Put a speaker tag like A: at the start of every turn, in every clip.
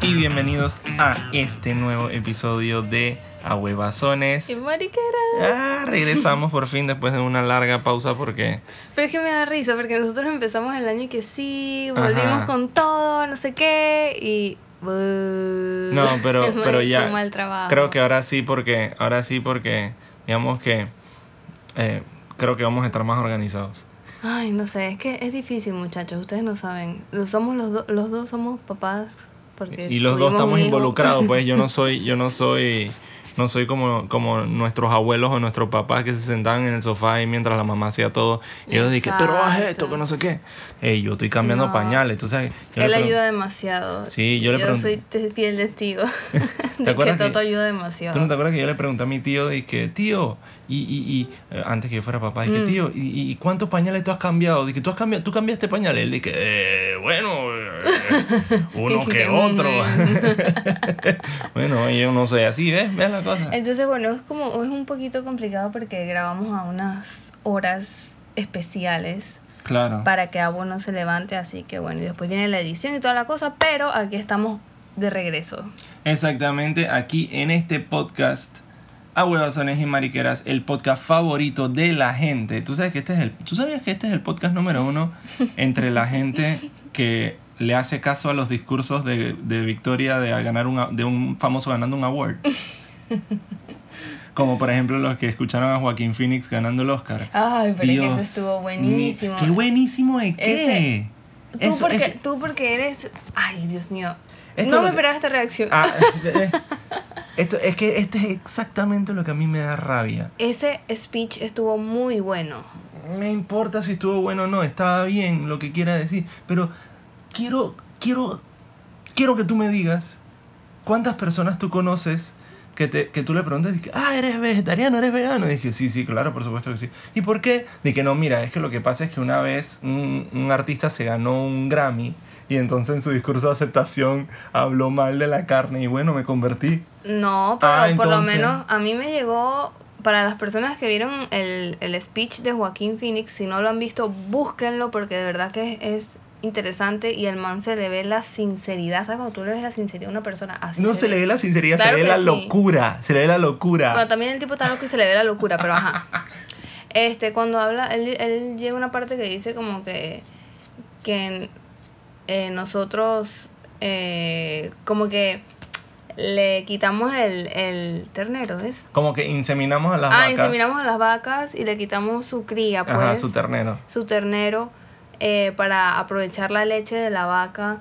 A: bienvenidos a este nuevo episodio de Ahuevazones.
B: Y mariquera.
A: Ah, regresamos por fin después de una larga pausa porque
B: Pero es que me da risa porque nosotros empezamos el año y que sí, volvimos
A: Ajá.
B: con todo, no sé qué, y.
A: No,
B: No,
A: pero- pero ya,
B: Un mal trabajo.
A: creo que ahora sí porque ahora sí porque digamos que eh, creo que vamos a estar más organizados.
B: Ay, no sé, es que es difícil, muchachos, ustedes no saben. Lo Somos los, dos los dos somos papás. Porque
A: Y los dos
B: tuvimos un
A: estamos
B: hijo.
A: involucrados, pues yo no soy yo no soy no soy como, como nuestros abuelos o nuestros papás que se sentaban en el sofá y mientras la mamá hacía todo. Y ellos dije, pero haz esto,
B: Exacto.
A: que no sé qué. Ey, yo estoy cambiando
B: No.
A: pañales, tú sabes. Yo le
B: Él
A: pregun-
B: ayuda demasiado.
A: Sí, yo le
B: Yo
A: pregunto-
B: soy te- fiel testigo de que
A: acuerdas que-
B: Toto ayuda demasiado.
A: ¿Tú no te acuerdas que yo le pregunté a mi tío, dije, tío, y, y, y eh, antes que yo fuera papá, dije,
B: Mm.
A: tío, ¿y- ¿y, y cuántos pañales tú has cambiado? Dije, ¿tú, has cambiado, ¿tú cambiaste pañales? Él dije, "Eh, bueno, eh, uno
B: Dije,
A: que
B: "Mm".
A: otro. bueno, yo no soy así, ¿ves? ¿Ves la cosa?
B: Entonces, bueno, es como es un poquito complicado porque grabamos a unas horas especiales
A: Claro.
B: para que Abu no se levante, así que bueno, y después viene la edición y toda la cosa, pero aquí estamos de regreso.
A: Exactamente, aquí en este podcast, a huevazones y mariqueras, el podcast favorito de la gente. ¿Tú, sabes que este es el, ¿Tú sabías que este es el podcast número uno entre la gente que le hace caso a los discursos de, de victoria de, a ganar un, a- de un famoso ganando un award? Como por ejemplo los que escucharon a Joaquín Phoenix ganando el Oscar.
B: Ay, Ah, pero es que
A: Dios
B: eso estuvo buenísimo.
A: mío, ¡Qué buenísimo de
B: Ese-
A: qué!
B: Tú,
A: Eso-
B: porque,
A: ese-
B: tú porque eres... Ay, Dios mío.
A: Esto
B: no
A: lo
B: me
A: que-
B: esperaba esta reacción.
A: Ah, eh, esto, es que esto es exactamente lo que a mí me da rabia.
B: Ese speech estuvo muy bueno.
A: Me importa si estuvo bueno o no, estaba bien lo que quiera decir, pero quiero, quiero, quiero que tú me digas cuántas personas tú conoces que, te, que tú le preguntas, dije, ah, eres vegetariano, eres vegano. Y dije, sí, sí, claro, por supuesto que sí. ¿Y por qué? Dije, no, mira, es que lo que pasa es que una vez un, un artista se ganó un Grammy y entonces en su discurso de aceptación habló mal de la carne y bueno, me convertí.
B: No, pero
A: Ah,
B: por lo
A: entonces.
B: menos a mí me llegó, para las personas que vieron el, el speech de Joaquín Phoenix, si no lo han visto, búsquenlo porque de verdad que es, es interesante y el man se le ve la sinceridad, ¿sabes? Cuando tú le ves la sinceridad a una persona así.
A: No se le ve la sinceridad,
B: Claro
A: se le ve
B: que
A: la
B: sí.
A: locura. Se le ve la locura.
B: Bueno, también el tipo está loco y se le ve la locura, pero ajá. Este, cuando habla, él, él llega a una parte que dice como que, que eh, nosotros eh, como que le quitamos el, el ternero, ¿ves?
A: Como que inseminamos a las
B: ah,
A: vacas.
B: inseminamos a las vacas y le quitamos su cría, pues,
A: Ajá,
B: su,
A: su ternero.
B: ternero, eh, para aprovechar la leche de la vaca.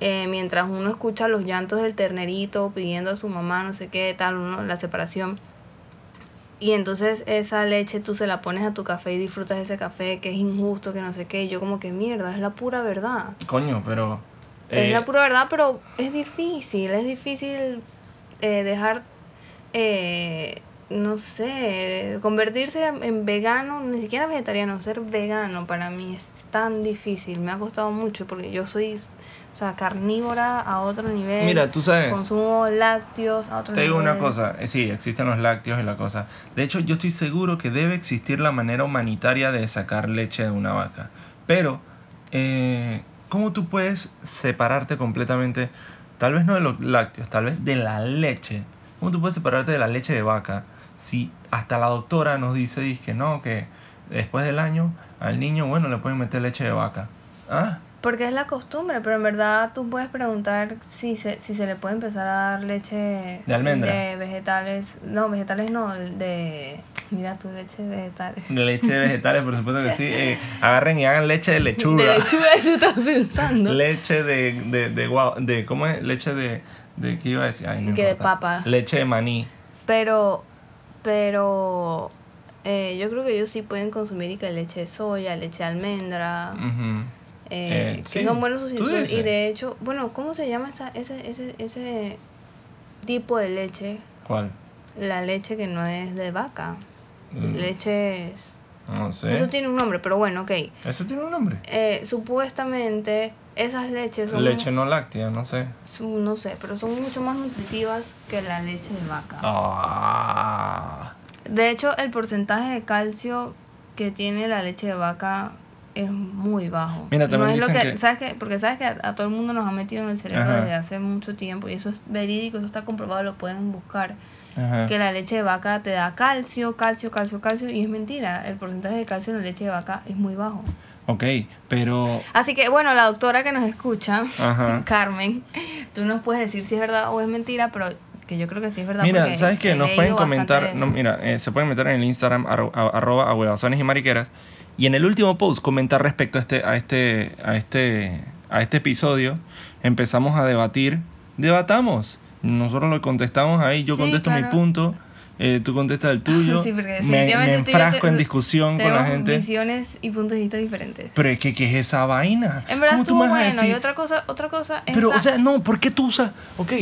B: eh, mientras uno escucha los llantos del ternerito pidiendo a su mamá, no sé qué, tal, uno, la separación. Y entonces esa leche tú se la pones a tu café y disfrutas ese café que es injusto, que no sé qué. Y yo como que mierda, es la pura verdad.
A: Coño, pero. eh,
B: Es la pura verdad, pero es difícil, es difícil eh, dejar, eh, no sé, convertirse en vegano, ni siquiera vegetariano, ser vegano para mí es tan difícil, me ha costado mucho porque yo soy, o sea, carnívora a otro nivel,
A: Mira, tú sabes.
B: consumo lácteos a otro
A: Te digo
B: nivel.
A: una cosa. eh, Sí, existen los lácteos y la cosa. De hecho, yo estoy seguro que debe existir la manera humanitaria de sacar leche de una vaca. Pero, eh, ¿cómo tú puedes separarte completamente? Tal vez no de los lácteos, tal vez de la leche. ¿Cómo tú puedes separarte de la leche de vaca? Si hasta la doctora nos dice, que no, que después del año al niño, bueno, le pueden meter leche de vaca. Ah,
B: Porque es la costumbre, pero en verdad tú puedes preguntar si se, si se le puede empezar a dar leche
A: De almendra.
B: de vegetales. No, vegetales no, de... Mira tu leche de vegetales.
A: de leche de vegetales, por supuesto que sí. Eh, agarren y hagan leche de lechuga.
B: De lechuga, eso estás pensando.
A: Leche de, de, de guau- de- ¿cómo es? Leche de, de, ¿qué iba a decir? Ay, no
B: Que de
A: importa.
B: papa.
A: Leche de maní.
B: pero, pero eh, yo creo que ellos sí pueden consumir y que leche de soya, leche de almendra,
A: Ujú.
B: eh,
A: Mm, Eh,
B: que
A: sí,
B: son buenos
A: tú
B: sustitutos. Y
A: dices.
B: de hecho, bueno, ¿cómo se llama esa, ese, ese, ese tipo de leche?
A: ¿Cuál?
B: La leche que no es de vaca.
A: Mm,
B: Leche es...
A: No sé.
B: Eso tiene un nombre, pero bueno, ok.
A: Eso tiene un nombre.
B: Eh, supuestamente esas leches son...
A: Leche no láctea, no sé.
B: su- no sé, pero son mucho más nutritivas que la leche de vaca.
A: Ah.
B: De hecho, el porcentaje de calcio que tiene la leche de vaca es muy bajo.
A: Mira, también
B: no es
A: dicen
B: lo que,
A: que-
B: ¿sabes qué? Porque sabes que a, a todo el mundo nos ha metido en el cerebro
A: Ajá.
B: desde hace mucho tiempo y eso es verídico, eso está comprobado, lo pueden buscar.
A: Ajá.
B: Que la leche de vaca te da calcio, calcio, calcio, calcio y es mentira. El porcentaje de calcio en la leche de vaca es muy bajo.
A: Ok, pero...
B: Así que bueno, la doctora que nos escucha,
A: Ajá.
B: Carmen, tú nos puedes decir si es verdad o es mentira, pero que yo creo que sí es verdad.
A: Mira,
B: porque
A: ¿sabes
B: he
A: qué? Nos
B: leído
A: pueden
B: bastante de
A: comentar,
B: eso.
A: no, mira, eh, se pueden meter en el Instagram arro- a- arroba ahuevazones y mariqueras y en el último post comentar respecto a este, a este, a este, a este episodio. Empezamos a debatir, debatamos. Nosotros lo contestamos ahí, yo
B: Sí,
A: contesto mi
B: claro.
A: punto, eh, tú contestas el tuyo,
B: Sí, porque
A: me- me,
B: definitivamente tú y yo
A: enfrasco
B: te-
A: en discusión con la
B: Tenemos
A: gente.
B: visiones y puntos de vista diferentes.
A: Pero es que, ¿qué es esa vaina?
B: En verdad
A: ¿Cómo tú
B: estuvo
A: me vas a
B: bueno y
A: decir?
B: otra cosa, otra cosa es
A: Pero,
B: la-
A: o sea, no, ¿por qué tú usas? Ok,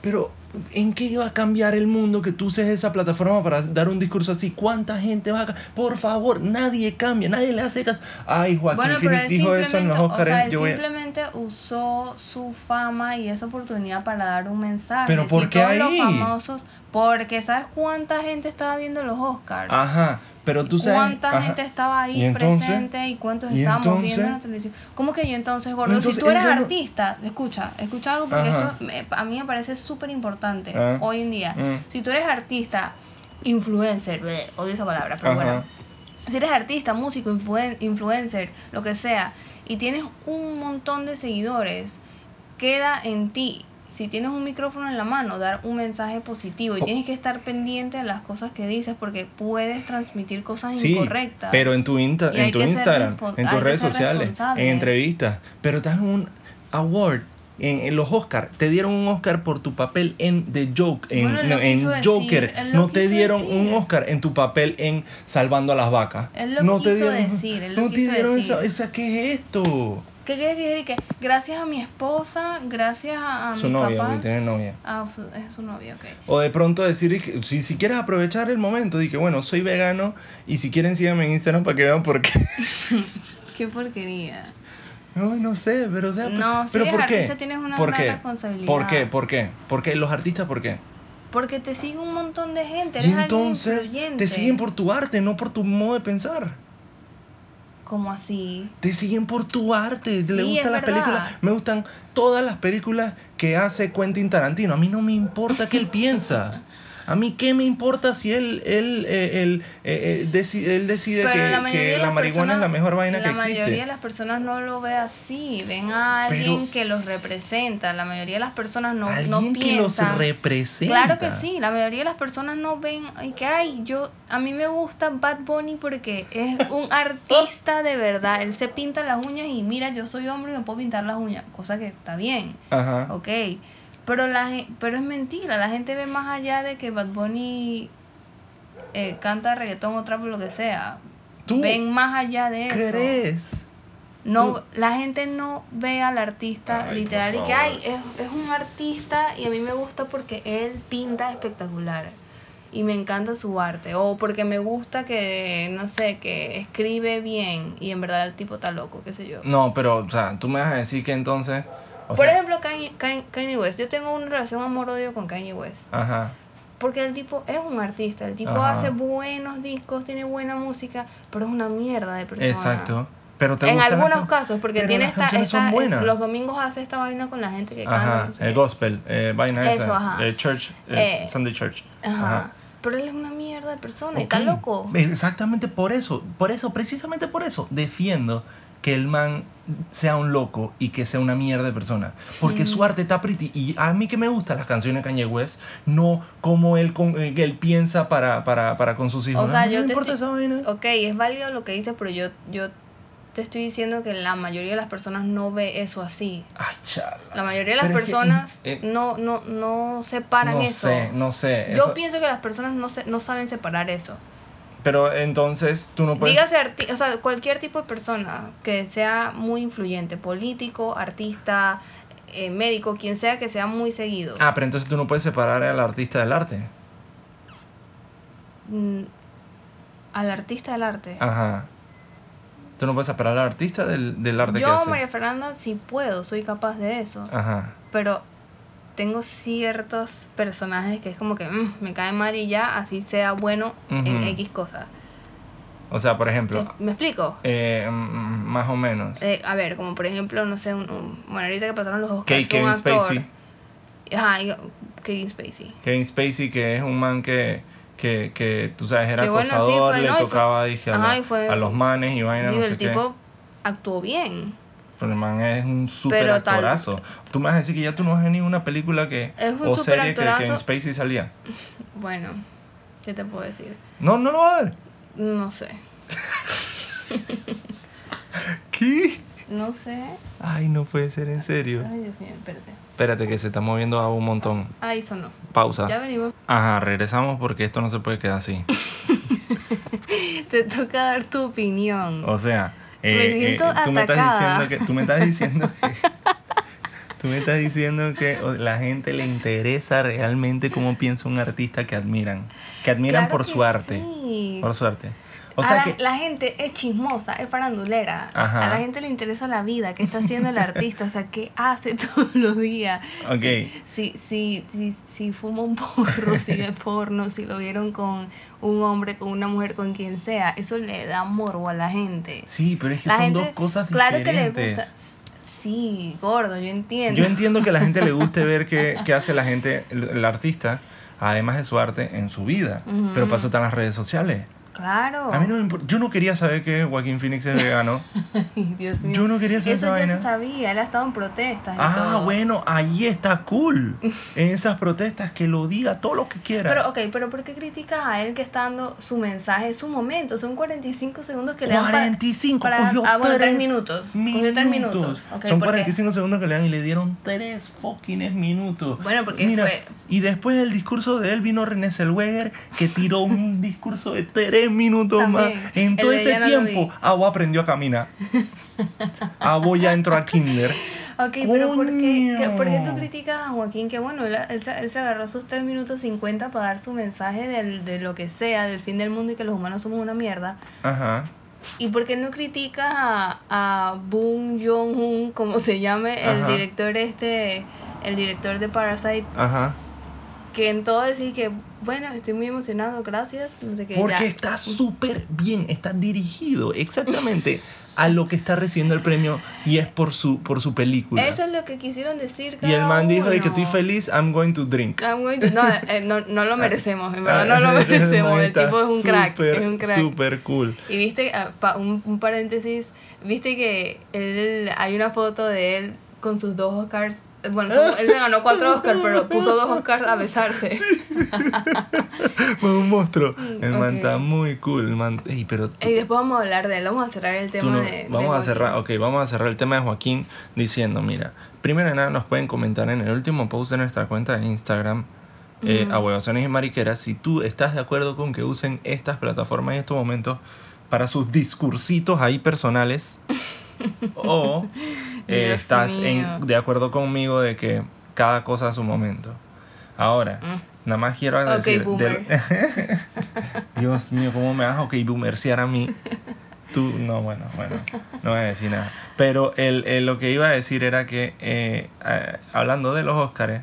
A: pero ¿en qué va a cambiar el mundo que tú uses esa plataforma para dar un discurso así? ¿Cuánta gente va a.? ca- Por favor, nadie cambia, nadie le hace caso. Ay, Joaquín
B: bueno, pero
A: Phoenix
B: él
A: dijo eso en los
B: simplemente- o
A: Oscars.
B: sea, él
A: yo voy a-
B: simplemente usó su fama y esa oportunidad para dar un mensaje.
A: Pero
B: Si
A: ¿por qué
B: todos los
A: ahí?
B: famosos, porque ¿sabes cuánta gente estaba viendo los Oscars?
A: Ajá, pero tú sabes.
B: ¿Cuánta
A: ajá.
B: gente estaba ahí
A: ¿Y entonces?
B: presente y cuántos
A: ¿Y
B: estábamos viendo en la
A: entonces?
B: televisión? ¿Cómo que yo entonces, gordo?
A: Entonces,
B: si tú eres
A: ella no-
B: artista, escucha, escucha algo porque
A: Ajá.
B: esto me- a mí me parece súper importante
A: Ah.
B: hoy en día.
A: Mm.
B: Si tú eres artista, influencer, bleh, odio esa palabra, pero
A: Ajá.
B: bueno. Si eres artista, músico, influen- influencer, lo que sea, y tienes un montón de seguidores, queda en ti. Si tienes un micrófono en la mano, dar un mensaje positivo y
A: Po-
B: tienes que estar pendiente de las cosas que dices porque puedes transmitir cosas
A: Sí,
B: incorrectas.
A: pero en tu, Insta-
B: Y
A: en
B: hay
A: tu
B: que ser
A: Instagram,
B: respon-
A: en
B: hay
A: tus
B: que
A: redes
B: ser
A: sociales, en
B: responsable.
A: entrevistas, pero estás en un award, en, en los Oscars, te dieron un Oscar por tu papel en The Joke, en,
B: Bueno, él lo
A: no, en
B: quiso decir,
A: Joker,
B: él lo
A: no te
B: quiso
A: dieron
B: decir.
A: un Oscar en tu papel en Salvando a las Vacas.
B: Él lo
A: no te
B: quiso
A: dieron,
B: decir, él lo
A: no te
B: quiso
A: dieron
B: decir.
A: esa, esa, ¿qué es esto?
B: ¿Qué quieres decir? Que gracias a mi esposa, gracias a, a
A: Su
B: mis
A: novia,
B: papás.
A: porque tiene novia.
B: Ah, su, es su novia, ok.
A: O de pronto decir, es que si, si quieres aprovechar el momento, di que bueno, soy vegano y si quieren síganme en Instagram para que vean por qué.
B: Qué porquería.
A: No, no sé, pero o sea,
B: No,
A: pero
B: si eres
A: ¿por qué?
B: artista tienes una
A: ¿Por
B: gran
A: qué?
B: responsabilidad.
A: ¿Por qué? ¿Por qué? ¿Por qué? ¿Los artistas por qué?
B: Porque te sigue un montón de gente.
A: Y
B: Eres alguien
A: entonces
B: influyente.
A: te siguen por tu arte, no por tu modo de pensar.
B: ¿Cómo así?
A: Te siguen por tu arte,
B: Sí,
A: le
B: es
A: gustan las
B: verdad.
A: películas. Me gustan todas las películas que hace Quentin Tarantino. A mí no me importa qué él piensa. A mí qué me importa si él, él, eh, él, eh, eh, deci- él decide
B: Pero
A: que
B: la
A: que
B: mayoría de
A: la
B: las
A: marihuana es la
B: personas-
A: mejor vaina que
B: La mayoría de
A: existe.
B: las personas no lo ve así. Ven a alguien
A: Pero-
B: que los representa. La mayoría de las personas no, no
A: Alguien que los
B: piensan.
A: representa.
B: Claro que sí, la mayoría de las personas no ven ay, que ay, yo a mí me gusta Bad Bunny porque es un artista de verdad, él se pinta las uñas y mira, yo soy hombre y me puedo pintar las uñas, cosa que está bien,
A: Ajá.
B: ok, pero, la, gen- pero es mentira, la gente ve más allá de que Bad Bunny eh, canta reggaetón o trap o lo que sea,
A: ¿Tú
B: ven más allá de eso.
A: crees?
B: No,
A: Tú-
B: la gente no ve al artista
A: Ay,
B: literal y
A: por
B: que
A: favor.
B: ay, es, es un artista y a mí me gusta porque él pinta espectacular y me encanta su arte o porque me gusta que no sé, que escribe bien y en verdad el tipo está loco, qué sé yo.
A: No, pero, o sea, tú me vas a decir que entonces. Mm, o
B: Por
A: sea,
B: ejemplo, Kanye, Kanye- Kanye West, yo tengo una relación amor-odio con Kanye West.
A: Ajá.
B: Porque el tipo es un artista, el tipo
A: Ajá.
B: hace buenos discos, tiene buena música, pero es una mierda de persona.
A: Exacto. Pero te
B: en
A: gustan las
B: algunos
A: can-
B: casos, porque
A: pero
B: tiene
A: las
B: esta,
A: canciones son
B: esta-
A: buenas.
B: Los domingos hace esta vaina con la gente que canta.
A: Ajá,
B: no sé
A: el
B: qué.
A: gospel, eh, vaina
B: Eso,
A: esa,
B: ajá.
A: eh, church, eh,
B: Eh,
A: Sunday church.
B: Ajá. Pero él es una mierda de persona, y
A: Ok.
B: está loco.
A: Exactamente por eso, por eso, precisamente por eso defiendo que el man sea un loco y que sea una mierda de persona. Porque
B: Mm.
A: su arte está pretty. Y a mí que me gustan las canciones de Kanye West, no como él, con, eh, que él piensa para, para, para con sus hijos.
B: O sea,
A: A mí
B: yo
A: no me
B: te
A: importa
B: estoy-
A: esa vaina.
B: Ok, es válido lo que dices, pero yo, yo te estoy diciendo que la mayoría de las personas no ve eso así.
A: Ay, chala.
B: La mayoría de las
A: Pero es que,
B: personas
A: eh,
B: no, no, no separan
A: no
B: eso.
A: sé, no sé.
B: Yo
A: eso-
B: pienso que las personas no, se, no saben separar eso.
A: Pero entonces tú no puedes...
B: Dígase, arti- o sea, cualquier tipo de persona que sea muy influyente, político, artista, eh, médico, quien sea que sea muy seguido.
A: Ah, pero entonces tú no puedes separar al artista del arte.
B: Mm, al artista del arte.
A: Ajá. Tú no puedes separar al artista del, del arte que
B: Yo,
A: hace. Ah.
B: María Fernanda, sí puedo, soy capaz de eso.
A: Ajá.
B: Pero tengo ciertos personajes que es como que mm, me cae mal y ya, así sea bueno en
A: Ujú.
B: X cosas.
A: O sea, por ejemplo,
B: Sí, ¿Me explico?
A: eh, mm, mm, más o menos.
B: Eh, a ver, como por ejemplo, no sé, un, un- bueno, ahorita que pasaron los Oscars,
A: Ke-
B: un
A: Kevin
B: actor.
A: Spacey.
B: Ajá, y- Kevin Spacey.
A: Kevin Spacey, que es un man que, que, que tú sabes, era
B: Que bueno, sí,
A: acosador,
B: fue,
A: le
B: no, y fue-
A: tocaba dije, a,
B: Ajá,
A: la-
B: y fue-
A: a los manes y vaina,
B: Digo,
A: no sé
B: el
A: qué.
B: tipo actuó bien.
A: Pero el man es un super
B: Pero tal-
A: actorazo. Tú me vas a decir que ya tú no has venido una película que,
B: Es un
A: o serie que
B: superactorazo.
A: Kevin Spacey salía.
B: Bueno, ¿qué te puedo decir?
A: No, no lo va a ver.
B: No sé.
A: ¿Qué?
B: No sé.
A: Ay, no puede ser, en serio.
B: Ay, Dios mío, espérate.
A: Espérate, que se está moviendo a un montón.
B: Ay, eso no.
A: Pausa.
B: Ya venimos.
A: Ajá, regresamos porque esto no se puede quedar así.
B: Te toca dar tu opinión.
A: O sea,
B: Me
A: eh, eh,
B: siento
A: tú me estás
B: atacada.
A: diciendo que tú me estás diciendo que tú me estás diciendo que o- la gente le interesa realmente cómo piensa un artista que admiran, que admiran
B: Claro
A: por
B: que
A: su arte,
B: sí.
A: por su arte. O
B: A
A: sea
B: la,
A: que
B: la gente es chismosa, es farandulera.
A: Ajá.
B: A la gente le interesa la vida, qué está haciendo el artista, o sea, qué hace todos los días.
A: Ok.
B: Si, si, si, si fuma un porro, si ve porno, si lo vieron con un hombre, con una mujer, con quien sea, eso le da morbo a la gente.
A: sí, pero es que
B: la
A: son
B: gente,
A: dos cosas
B: claro
A: diferentes.
B: que le gusta. Sí, gordo, yo entiendo.
A: Yo entiendo que a la gente le guste ver qué, qué hace la gente, el, el artista, además de su arte, en su vida.
B: Ujú.
A: Pero para eso están las redes sociales.
B: Claro.
A: A mí no me importa. Yo no quería saber que Joaquín Phoenix es vegano.
B: Ay, Dios mío.
A: Yo no quería saber esa
B: Eso ya
A: vaina.
B: se sabía, él ha estado en protestas. y
A: Ah,
B: todo.
A: bueno, ahí está cool. En esas protestas, que lo diga todo lo que quiera.
B: Pero, ok, pero ¿por qué criticas a él que está dando su mensaje, su momento? Son 45 segundos que le dan para-
A: 45,
B: para-
A: cogió
B: ah, bueno, tres
A: tres
B: minutos, cogió tres minutos. Ok,
A: Son
B: ¿por qué?
A: 45 segundos que le dan y le dieron tres fucking minutos.
B: Bueno, porque
A: Mira,
B: fue-
A: Y después del discurso de él vino René Zellweger que tiró un discurso de tres minutos
B: También.
A: más. En
B: El
A: todo
B: de
A: ese
B: ella no lo
A: tiempo,
B: vi.
A: Agua aprendió a caminar. Agua ya entró a Kinder.
B: Ok, pero ¿por qué,
A: Coño.
B: qué- por qué tú criticas a Joaquín? Que bueno, él, él se, él se agarró sus 3 minutos 50 para dar su mensaje del- de lo que sea, del fin del mundo y que los humanos somos una mierda.
A: Ajá.
B: ¿Y por qué no criticas a, a Boon Jong-un, como se llame, el
A: Ajá.
B: director este, el director de Parasite,
A: Ajá.
B: que en todo decir que, bueno, estoy muy emocionado, gracias, no sé qué.
A: Porque
B: ya.
A: está súper bien, está dirigido exactamente a lo que está recibiendo el premio y es por su, por su película.
B: Eso es lo que quisieron decir.
A: y el
B: cada
A: man dijo de que
B: uno.
A: estoy feliz, I'm going to drink.
B: Ah, muy- No, eh, no, no lo merecemos, en verdad no lo
A: Ah,
B: merecemos. El
A: está
B: tipo es un crack, es
A: súper,
B: un crack.
A: Súper cool.
B: Y viste, ah, pa- un, un paréntesis, viste que él, hay una foto de él con sus dos Oscars. eh, Bueno, son- él se ganó cuatro Oscars, pero puso dos Oscars a besarse.
A: Fue un monstruo. El man
B: ok.
A: está muy cool. El man, Ey, pero tú-
B: Y después vamos a hablar de él, vamos a cerrar el
A: Tú
B: tema
A: no-
B: de. de
A: vamos a
B: Joaquín.
A: cerrar, ok, vamos a cerrar el tema de Joaquín diciendo, mira, primero de nada nos pueden comentar en el último post de nuestra cuenta de Instagram, eh, Ahuevaciones y Mariqueras, si tú estás de acuerdo con que usen estas plataformas en estos momentos para sus discursitos ahí personales o eh,
B: Dios
A: estás en-
B: mío.
A: de acuerdo conmigo de que cada cosa a su momento. Ahora, nada más quiero
B: Ok,
A: decir...
B: boomer.
A: Dios mío, ¿cómo me vas a ok boomersear a mí? Tú, no, bueno, bueno, no voy a decir nada. Pero el, el- lo que iba a decir era que, eh, eh, hablando de los Óscares,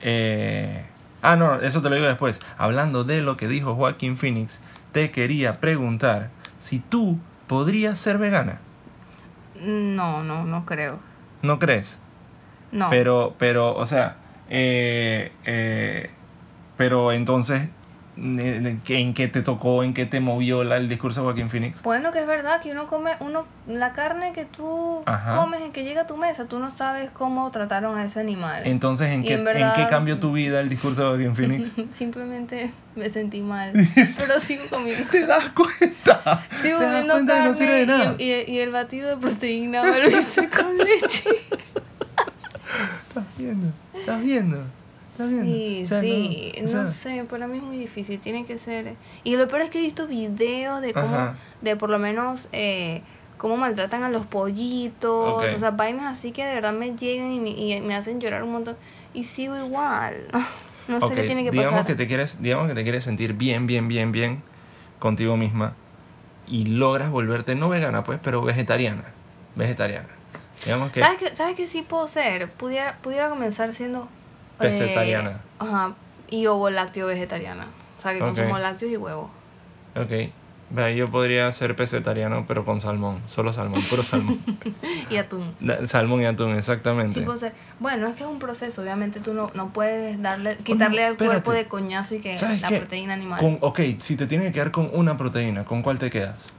A: eh, ah, no, eso te lo digo después. Hablando de lo que dijo Joaquín Phoenix, te quería preguntar si tú podrías ser vegana.
B: Mm, No, no, no creo.
A: ¿No crees?
B: No.
A: Pero, pero, o sea, eh, eh, pero entonces, eh, ¿en qué te tocó, en qué te movió la- el discurso de Joaquín Phoenix?
B: Bueno, que es verdad que uno come, uno, la carne que tú
A: Ajá.
B: comes y que llega a tu mesa, tú no sabes cómo trataron a ese animal.
A: Entonces, ¿en
B: Y
A: qué,
B: en
A: en,
B: verdad-
A: qué cambió tu vida el discurso de Joaquín Phoenix?
B: Simplemente me sentí mal. Pero sigo comiendo.
A: ¿Te das cuenta?
B: Sigo
A: ¿Te das
B: comiendo
A: cuenta que
B: carne
A: no sirve de nada?
B: y, y- y el batido de proteína me lo hice con leche.
A: ¿Estás viendo? ¿Estás viendo? ¿Estás viendo?
B: Sí,
A: O sea,
B: sí.
A: o
B: No,
A: sea,
B: sé, para mí es muy difícil. Tiene que ser. Y lo peor es que he visto videos de cómo,
A: Ajá.
B: de por lo menos, eh, cómo maltratan a los pollitos.
A: Ok.
B: O sea, vainas así que de verdad me llegan y me, y me hacen llorar un montón. Y sigo igual. No sé
A: ok,
B: qué tiene que
A: digamos
B: pasar.
A: Que te quieres, digamos que te quieres sentir bien, bien, bien, bien contigo misma y logras volverte no vegana, pues, pero vegetariana. Vegetariana. Digamos que...
B: ¿Sabes qué, ¿Sabes qué sí puedo ser? Pudiera, pudiera comenzar siendo... eh,
A: Pescetariana.
B: ajá. Y ovo lácteo vegetariana. O sea, que
A: Ok.
B: consumo lácteos y huevos.
A: Ok. Vea, yo podría ser pesetariano, pero con salmón. Solo salmón, puro salmón.
B: y atún.
A: Da- salmón y atún, exactamente.
B: Sí, pues, eh, bueno, es que es un proceso. Obviamente tú no, no puedes darle quitarle al
A: espérate.
B: cuerpo de coñazo y que
A: ¿Sabes
B: la
A: qué?
B: proteína animal. Con,
A: Con, ok, si te tienes que quedar con una proteína, ¿con cuál te quedas?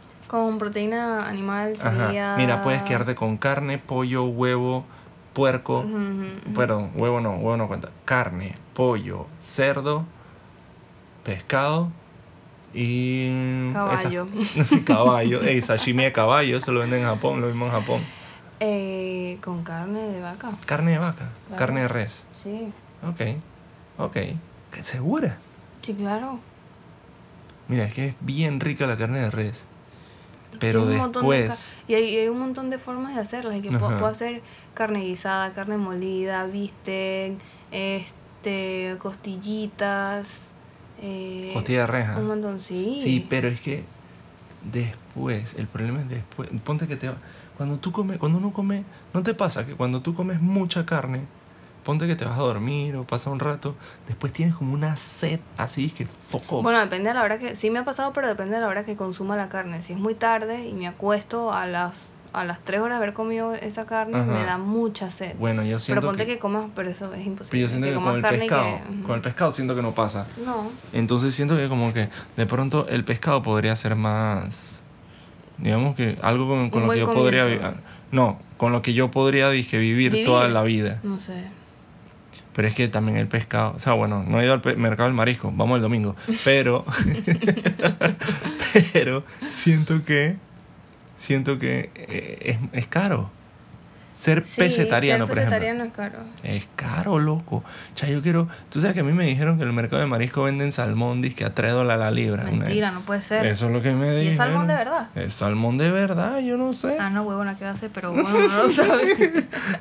B: proteína animal
A: Ajá.
B: Pues sería...
A: Mira, puedes quedarte con carne, pollo, huevo, puerco.
B: Ujú, ujú, ujú.
A: Perdón, huevo no, huevo no cuenta. Carne, pollo, cerdo, pescado y. esas-
B: Caballo.
A: caballo. Ey, sashimi de caballo, eso lo venden en Japón, lo mismo en Japón.
B: Eh, con carne de vaca.
A: Carne de vaca,
B: Claro.
A: carne de res.
B: Sí.
A: Ok, ok. ¿Qué- ¿Segura?
B: Sí, claro.
A: Mira, es que es bien rica la carne de res. Pero
B: Tiene un montón de ca-
A: después.
B: y, hay, y hay un montón de formas de hacerlas. y que po-
A: Ajá.
B: puedo hacer carne guisada, carne molida, bistec, este, costillitas. eh,
A: Costilla de reja.
B: Un montón, sí.
A: Sí, pero es que después, el problema es después. Ponte que te va- cuando tú comes, cuando uno come, ¿no te pasa que cuando tú comes mucha carne, ponte que te vas a dormir o pasa un rato, después tienes como una sed así que foco.
B: Bueno, depende de la hora que... Sí me ha pasado, pero depende de la hora que consuma la carne. Si es muy tarde y me acuesto a las, a las 3 horas de haber comido esa carne,
A: Ajá.
B: me da mucha sed.
A: Bueno, yo
B: pero
A: siento
B: ponte que...
A: que,
B: comas... Pero eso es imposible.
A: pero yo siento que, con el
B: y
A: pescado,
B: que-
A: con el pescado siento que no pasa.
B: No,
A: Entonces siento que como que de pronto el pescado podría ser más, digamos que algo con, con
B: Un
A: lo que yo
B: buen
A: podría,
B: comienzo.
A: vi- ah, no, con lo que yo podría dije vivir,
B: Vivir.
A: toda la vida.
B: no sé.
A: Pero es que también el pescado, o sea, bueno, no he ido al pe- mercado del marisco, vamos el domingo, pero pero siento que siento que eh, es, es caro. Ser
B: Sí,
A: pesetariano,
B: ser
A: por ejemplo.
B: pesetariano es caro.
A: Es caro, loco. Cha, yo quiero. Tú sabes que a mí me dijeron que en el mercado de marisco venden salmón, que a 3 dólares la libra. Una-
B: Mentira, no puede ser.
A: Eso es lo que me dijeron.
B: ¿Y es salmón de verdad?
A: Es salmón de verdad, yo no sé.
B: Ah, no, huevona, ¿qué hace? Pero bueno, no lo sabe.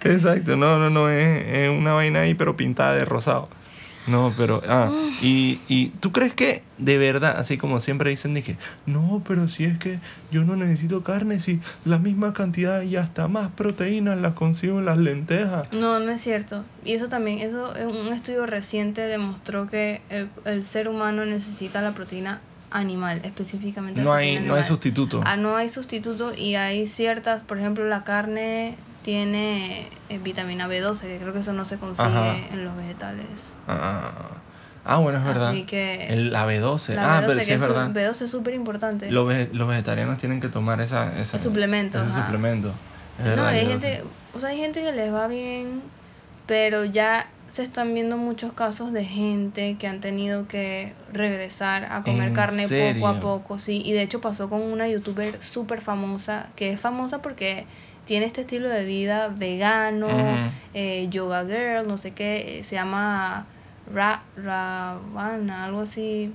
A: Exacto, no, no, no, es, es una vaina ahí, pero pintada de rosado. No, pero, ah, y, y tú crees que de verdad, así como siempre dicen, dije, no, pero si es que yo no necesito carne, si la misma cantidad y hasta más proteínas las consigo en las lentejas.
B: No, no es cierto. Y eso también, eso eh, un estudio reciente demostró que el, el ser humano necesita la proteína animal, específicamente. la
A: No hay,
B: proteína
A: no hay
B: animal.
A: sustituto.
B: Ah, no hay sustituto y hay ciertas, por ejemplo, la carne tiene eh, vitamina B12, que creo que eso no se consigue
A: Ajá.
B: en los vegetales.
A: Ah, ah, bueno, es verdad.
B: Así que
A: El, la B12.
B: la
A: ah,
B: B12,
A: pero
B: que
A: sí es
B: su-
A: verdad.
B: B12 es súper importante.
A: Los, vege- los vegetarianos tienen que tomar esa, esa,
B: El suplemento,
A: ese
B: ajá.
A: suplemento. Es
B: No,
A: verdad,
B: hay
A: B12.
B: gente, o sea, hay gente que les va bien, pero ya se están viendo muchos casos de gente que han tenido que regresar a comer
A: ¿En
B: carne poco
A: serio?
B: a poco, sí, y de hecho pasó con una youtuber súper famosa, que es famosa porque tiene este estilo de vida vegano,
A: Ujú.
B: eh, yoga girl, no sé qué, eh, se llama Ra Ravana, algo así,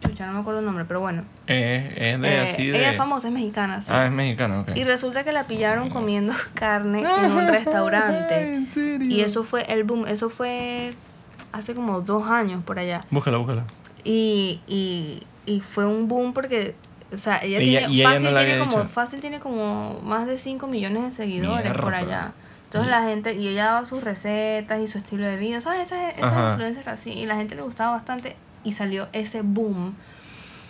B: chucha, no me acuerdo el nombre, pero bueno,
A: Es, es de
B: Eh,
A: así de.
B: ella es famosa, es mexicana, sí.
A: Ah, es mexicano, ok. Ah,
B: Y resulta que la pillaron comiendo carne en un restaurante.
A: ¿En serio?
B: Y eso fue el boom, eso fue hace como dos años por allá.
A: Búscala, búscala.
B: Y, y, y fue un boom porque, o sea, ella,
A: Ella-
B: tiene,
A: y ella no
B: fácil,
A: la
B: tiene
A: había
B: como,
A: dicho.
B: fácil tiene como más de 5 millones de seguidores
A: Mierda.
B: por
A: pues.
B: allá. Entonces la gente, y ella daba sus recetas y su estilo de vida, ¿sabes? Esas, esas
A: Ajá.
B: influencers así. Y la gente le gustaba bastante y salió ese boom.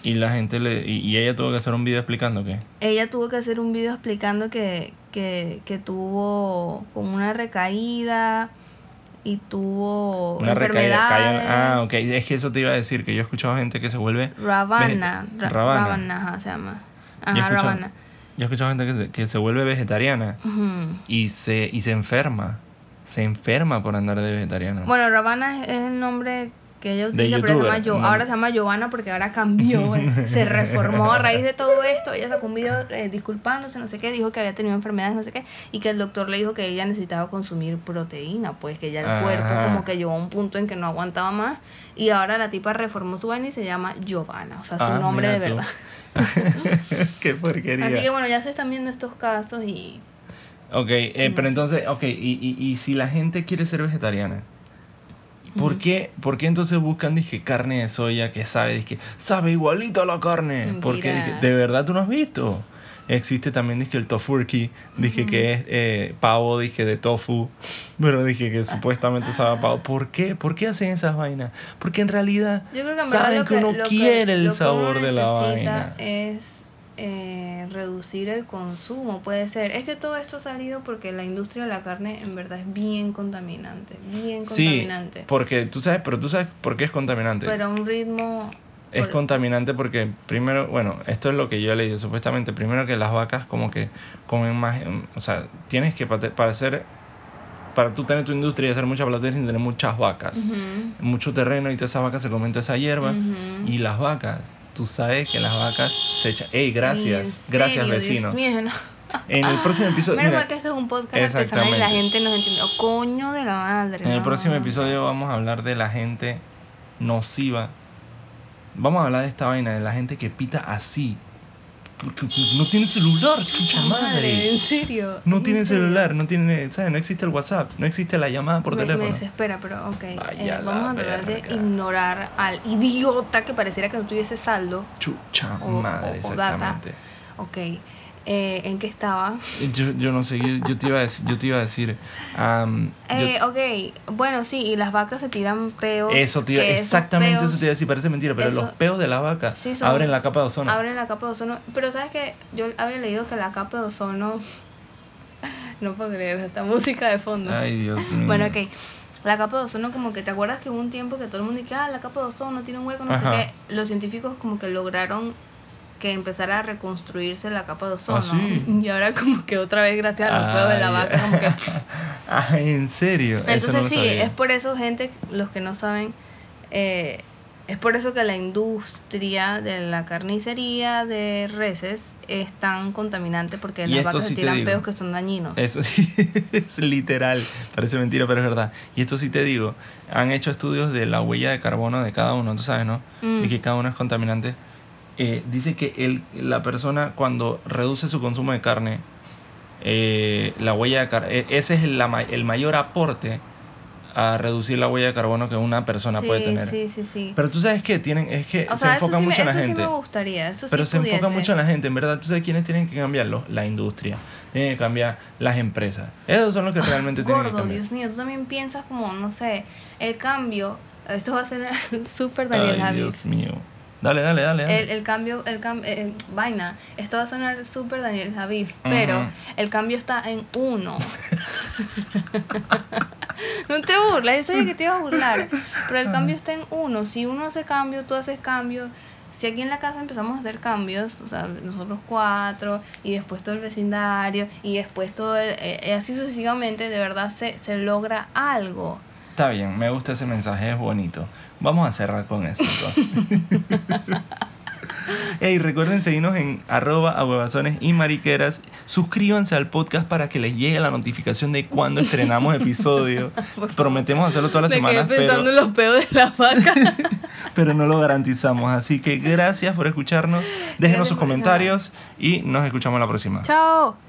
A: Y la gente le. Y, y ella tuvo que hacer un video explicando que.
B: ella tuvo que hacer un video explicando que, que, que tuvo como una recaída y tuvo
A: Una recaída.
B: enfermedades.
A: cayó- Ah, ok. Es que eso te iba a decir, que yo he escuchado gente que se vuelve.
B: Ravana,
A: Vegeta-
B: Ra-
A: Ravana.
B: Ravana, ajá, se llama.
A: Yo he
B: Ajá,
A: escuchado-
B: Ravana.
A: Yo he escuchado gente que se, que se vuelve vegetariana
B: Ujú.
A: y se, y se enferma. Se enferma por andar de vegetariano.
B: Bueno, Ravana es es el nombre que ella utiliza, pero se
A: youtuber,
B: llama Yo-
A: no.
B: ahora se llama Giovanna porque ahora cambió, eh, se reformó a raíz de todo esto. Ella sacó un video eh, disculpándose, no sé qué, dijo que había tenido enfermedades, no sé qué, y que el doctor le dijo que ella necesitaba consumir proteína, pues que ya el
A: Ajá.
B: cuerpo como que llegó a un punto en que no aguantaba más. Y ahora la tipa reformó su vaina y se llama Giovanna, o sea, su
A: Ah,
B: nombre de
A: mira tú.
B: verdad.
A: Qué porquería.
B: Así que bueno, ya se están viendo estos casos y
A: Ok, eh,
B: No
A: pero
B: sé.
A: entonces, ok, y, y, y si la gente quiere ser vegetariana, ¿por, qué, ¿por qué entonces buscan, dije, carne de soya que sabe, dije, sabe igualito a la carne? Porque, dije,
B: Mentira.
A: de verdad tú no has visto. Existe también, dije, el tofurki, dije que es eh, pavo, dije, de tofu, pero dije
B: Ah.
A: que supuestamente sabe a pavo. ¿Por qué? ¿por qué hacen esas vainas? Porque en realidad
B: Yo creo que en verdad
A: saben
B: lo
A: que uno
B: lo
A: quiere el
B: lo que uno
A: sabor de la
B: necesita
A: vaina.
B: Es eh, reducir el consumo, puede ser. Es que todo esto ha salido porque la industria de la carne en verdad es bien contaminante, bien
A: Sí,
B: contaminante,
A: porque tú sabes, pero tú sabes por qué es contaminante.
B: pero a un ritmo...
A: es
B: por-
A: contaminante porque primero, bueno, esto es lo que yo he leído supuestamente, primero que las vacas como que comen más, em, o sea, tienes que para, te- para hacer, para tú tener tu industria y hacer mucha plata tienes que tener muchas vacas,
B: Ujú,
A: mucho terreno y todas esas vacas se comen toda esa hierba
B: ujú.
A: y las vacas, tú sabes que las vacas se echan, hey, gracias,
B: ¿En
A: gracias
B: serio?
A: vecino.
B: Dios mío, no.
A: En el próximo episodio,
B: Menos
A: mira,
B: mal que esto es un podcast artesanal y la
A: Exactamente.
B: gente nos entiende. Oh, coño de la madre.
A: en el
B: no,
A: próximo
B: no, no.
A: episodio vamos a hablar de la gente nociva. Vamos a hablar de esta vaina, de la gente que pita así. Porque no tiene celular, chucha madre.
B: En serio.
A: No
B: en
A: tiene
B: serio.
A: celular, no tiene, ¿sabes? No existe el WhatsApp, no existe la llamada por
B: me, me
A: teléfono.
B: desespera, pero ok. eh,
A: Vaya
B: vamos
A: la
B: a tratar de
A: verga.
B: ignorar al idiota que pareciera que no tuviese saldo.
A: Chucha
B: O-
A: madre,
B: o- o data.
A: exactamente.
B: Ok. eh, ¿En qué estaba?
A: Yo, yo no sé, yo, yo te iba a decir, yo te iba a decir, am, yo-
B: Eh, ok. Bueno, sí, y las vacas se tiran peos.
A: eso te iba,
B: que esos
A: exactamente eso
B: peos
A: te iba a decir, parece mentira, pero
B: eso-
A: los peos de la vaca
B: Sí, son-
A: abren la capa de ozono.
B: Abren la capa de ozono. Pero sabes que yo había leído que la capa de ozono. No puedo creer, esta música de fondo.
A: Ay, Dios mío.
B: Bueno, ok. La capa de ozono, como que te acuerdas que hubo un tiempo que todo el mundo dice, ah, la capa de ozono tiene un hueco, no
A: Ajá.
B: sé qué. Los científicos, como que lograron que empezara a reconstruirse la capa de ozono.
A: Ah, sí.
B: Y ahora, como que otra vez, gracias a los pedos de la
A: Ay,
B: vaca, como que.
A: Ah, ¿en serio?
B: Entonces,
A: eso no lo
B: sí,
A: sabía.
B: es por eso, gente, los que no saben, eh, es por eso que la industria de la carnicería de reses es tan contaminante porque
A: Y
B: las
A: esto
B: vacas
A: sí
B: se
A: te
B: tiran
A: digo.
B: peos que son dañinos.
A: Eso sí, es literal. Parece mentira, pero es verdad. Y esto sí te digo, han hecho estudios de la huella de carbono de cada uno, tú sabes, ¿no?
B: Mm.
A: Y que cada uno es contaminante. Eh, dice que el, la persona cuando reduce su consumo de carne, eh, la huella de car- eh, ese es la ma- el mayor aporte a reducir la huella de carbono que una persona
B: sí,
A: puede tener.
B: sí, sí, sí.
A: Pero tú sabes que tienen, es que
B: o
A: Eh, se
B: sea, eso,
A: enfocan
B: sí me,
A: mucho en la
B: eso sí
A: gente.
B: me gustaría, eso
A: Pero
B: sí
A: se enfoca
B: pudiese.
A: mucho en la gente, en verdad. ¿Tú sabes quiénes tienen que cambiarlo? La industria. Tienen que cambiar las empresas. Esos son los que realmente tienen que
B: Gordo,
A: cambiar.
B: Dios mío, tú también piensas como, no sé, el cambio, esto va a ser súper Daniel
A: Ay,
B: Javis.
A: Dios mío. Dale, dale, dale. dale.
B: El, el cambio, el cam- eh, eh, vaina, esto va a sonar súper Daniel Javif, pero
A: Ujú.
B: el cambio está en uno. no te burlas, yo sabía que te iba a burlar, pero el cambio está en uno. Si uno hace cambio, tú haces cambio. Si aquí en la casa empezamos a hacer cambios, o sea, nosotros cuatro, y después todo el vecindario, y después todo el, eh, eh, así sucesivamente, de verdad se, se logra algo.
A: Está bien, me gusta ese mensaje, es bonito. Vamos a cerrar con eso. entonces. Ey, recuerden seguirnos en arroba ahuevazones y mariqueras. Suscríbanse al podcast para que les llegue la notificación de cuando estrenamos episodio. Prometemos hacerlo todas las
B: Me quedé
A: semanas,
B: pensando
A: pero,
B: en los peos de la vaca.
A: pero no lo garantizamos. Así que gracias por escucharnos. Déjenos sus
B: Gracias por-
A: comentarios y nos escuchamos la próxima.
B: Chao.